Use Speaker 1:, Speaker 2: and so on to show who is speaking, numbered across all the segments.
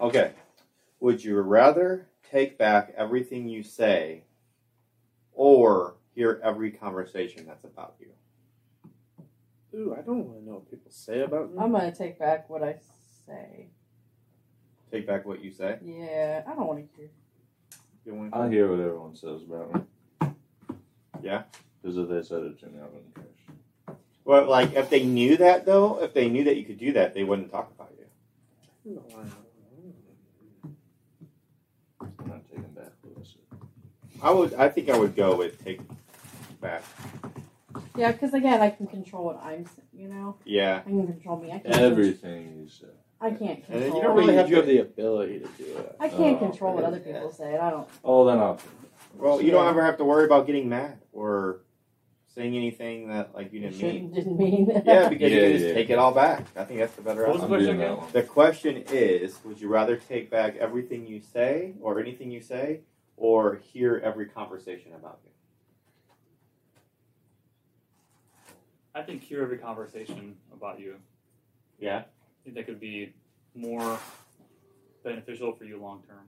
Speaker 1: Okay. Would you rather take back everything you say or hear every conversation that's about you?
Speaker 2: Ooh, I don't want to know what people say about me.
Speaker 3: I'm gonna take back what I say.
Speaker 1: Take back what you say?
Speaker 3: Yeah, I don't want to hear.
Speaker 1: You want
Speaker 4: I hear what everyone says about me.
Speaker 1: Yeah?
Speaker 4: Because if they said it to me, I wouldn't care.
Speaker 1: Well, like, if they knew that, though, if they knew that you could do that, they wouldn't talk about you.
Speaker 2: I don't wanna know.
Speaker 4: I'm not taking back what I said.
Speaker 1: I would. I think I would go with take back.
Speaker 3: Yeah, because again, I can control what I'm. s- You know,
Speaker 1: Yeah.
Speaker 3: I can control me. I can't.
Speaker 4: Everything you said.
Speaker 3: I can't
Speaker 1: And then Uh,
Speaker 3: control.
Speaker 1: you
Speaker 2: I
Speaker 1: don't
Speaker 2: don't
Speaker 1: really
Speaker 2: think
Speaker 1: have
Speaker 2: you have
Speaker 1: to.
Speaker 2: the ability to do it.
Speaker 3: I can't
Speaker 4: Oh,
Speaker 3: control what
Speaker 4: yeah.
Speaker 3: other people say, and I don't.
Speaker 4: Oh, then I'll.
Speaker 1: Well, you don't ever have to worry about getting mad or saying anything that like you didn't mean.
Speaker 3: Shouldn't didn't mean.
Speaker 1: Yeah, because you
Speaker 4: Yeah,
Speaker 1: can just
Speaker 4: yeah.
Speaker 1: take it all back. I think that's the better
Speaker 5: What was
Speaker 1: option.
Speaker 4: I'm
Speaker 5: question
Speaker 4: doing
Speaker 5: again?
Speaker 4: that one.
Speaker 1: The question is, would you rather take back everything you say or anything you say or hear every conversation about you?
Speaker 5: I think hear every conversation about you.
Speaker 1: Yeah.
Speaker 5: I think that could be more beneficial for you long term.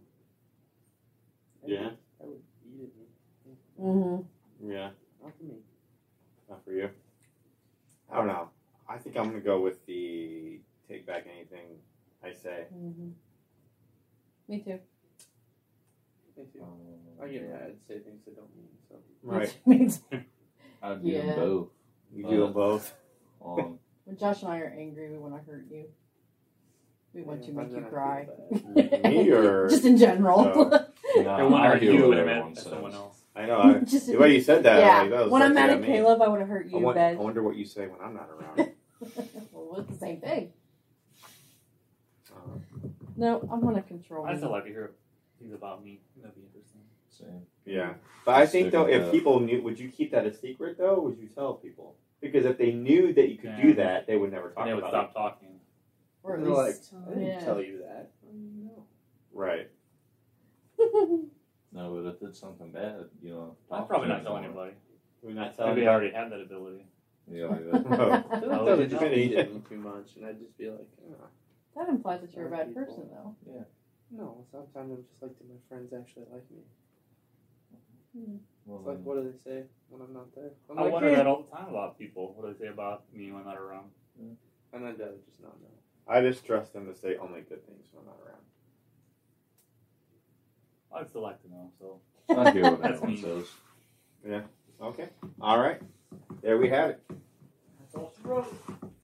Speaker 1: Yeah.
Speaker 2: I would eat it.
Speaker 3: Mm-hmm.
Speaker 1: Yeah.
Speaker 2: Not for me.
Speaker 1: Not for you. I don't know. I think I'm going to go with the take back anything I say.
Speaker 3: hmm Me too.
Speaker 2: Me too. I get mad and say things I don't mean. So
Speaker 3: Mm-hmm.
Speaker 1: Right.
Speaker 3: Me too.
Speaker 4: I'd do
Speaker 3: Yeah.
Speaker 4: them both.
Speaker 1: You do them both.
Speaker 4: Um,
Speaker 3: When Josh and I are angry, we want to hurt you. We want to
Speaker 2: Yeah,
Speaker 3: make
Speaker 2: I'm
Speaker 3: you
Speaker 2: gonna
Speaker 3: cry.
Speaker 2: feel bad.
Speaker 1: Me or-
Speaker 3: just in general.
Speaker 1: No.
Speaker 4: no,
Speaker 5: I wonder
Speaker 4: Uh, I
Speaker 5: if
Speaker 4: hear
Speaker 5: you
Speaker 4: what
Speaker 5: would have
Speaker 4: everyone
Speaker 5: met
Speaker 4: says.
Speaker 5: someone else.
Speaker 1: I know. I,
Speaker 3: Just-
Speaker 1: the way you said that,
Speaker 3: yeah.
Speaker 1: like, that was
Speaker 3: when I'm
Speaker 1: like,
Speaker 3: mad
Speaker 1: yeah,
Speaker 3: at
Speaker 1: me.
Speaker 3: Caleb, I want to hurt
Speaker 1: I,
Speaker 3: you,
Speaker 1: won-
Speaker 3: Ben.
Speaker 1: I wonder what you say when I'm not around.
Speaker 3: well, it's the same thing.
Speaker 1: Uh,
Speaker 3: No, I want to control.
Speaker 5: I
Speaker 3: me.
Speaker 5: still like to hear things about me. That'd be interesting.
Speaker 4: Same.
Speaker 1: yeah, but I think though, if
Speaker 4: Yeah.
Speaker 1: people knew, would you keep that a secret though? Would you tell people? Because if they knew that you could
Speaker 5: Yeah.
Speaker 1: do that, they would never talk
Speaker 5: And they would
Speaker 1: about
Speaker 5: stop talking.
Speaker 3: Or at
Speaker 2: They're like,
Speaker 3: least,
Speaker 2: I didn't
Speaker 3: yeah.
Speaker 2: tell you that. I don't know.
Speaker 1: it. Right.
Speaker 4: No, but if it's something bad, you know.
Speaker 5: I'm
Speaker 4: talk
Speaker 5: probably
Speaker 4: to
Speaker 5: not telling
Speaker 4: someone.
Speaker 5: anybody.
Speaker 1: We're not telling.
Speaker 5: Maybe I already have that ability.
Speaker 4: Yeah, like that.
Speaker 2: I feel
Speaker 5: Oh,
Speaker 2: like that would
Speaker 5: did
Speaker 2: just
Speaker 1: you?
Speaker 2: eat at me too much, and I'd just be like, oh,
Speaker 3: that implies that you're a
Speaker 2: Other
Speaker 3: bad
Speaker 2: people.
Speaker 3: person, though.
Speaker 2: no. Sometimes I'm just like, do my friends actually like me?
Speaker 4: Well,
Speaker 2: It's like, what do they say when I'm not there? I'm
Speaker 5: I
Speaker 2: like,
Speaker 5: wonder
Speaker 2: "Eh."
Speaker 5: that all the time about people. What do they say about me when I'm not around?
Speaker 2: And I'd rather just not know.
Speaker 1: I just trust them to say only good things when I'm not around.
Speaker 5: I'd still like to know. So
Speaker 4: I hear what
Speaker 5: That's
Speaker 4: everyone
Speaker 5: me.
Speaker 4: says.
Speaker 1: Okay. All right. There we have it.
Speaker 2: That's all she wrote.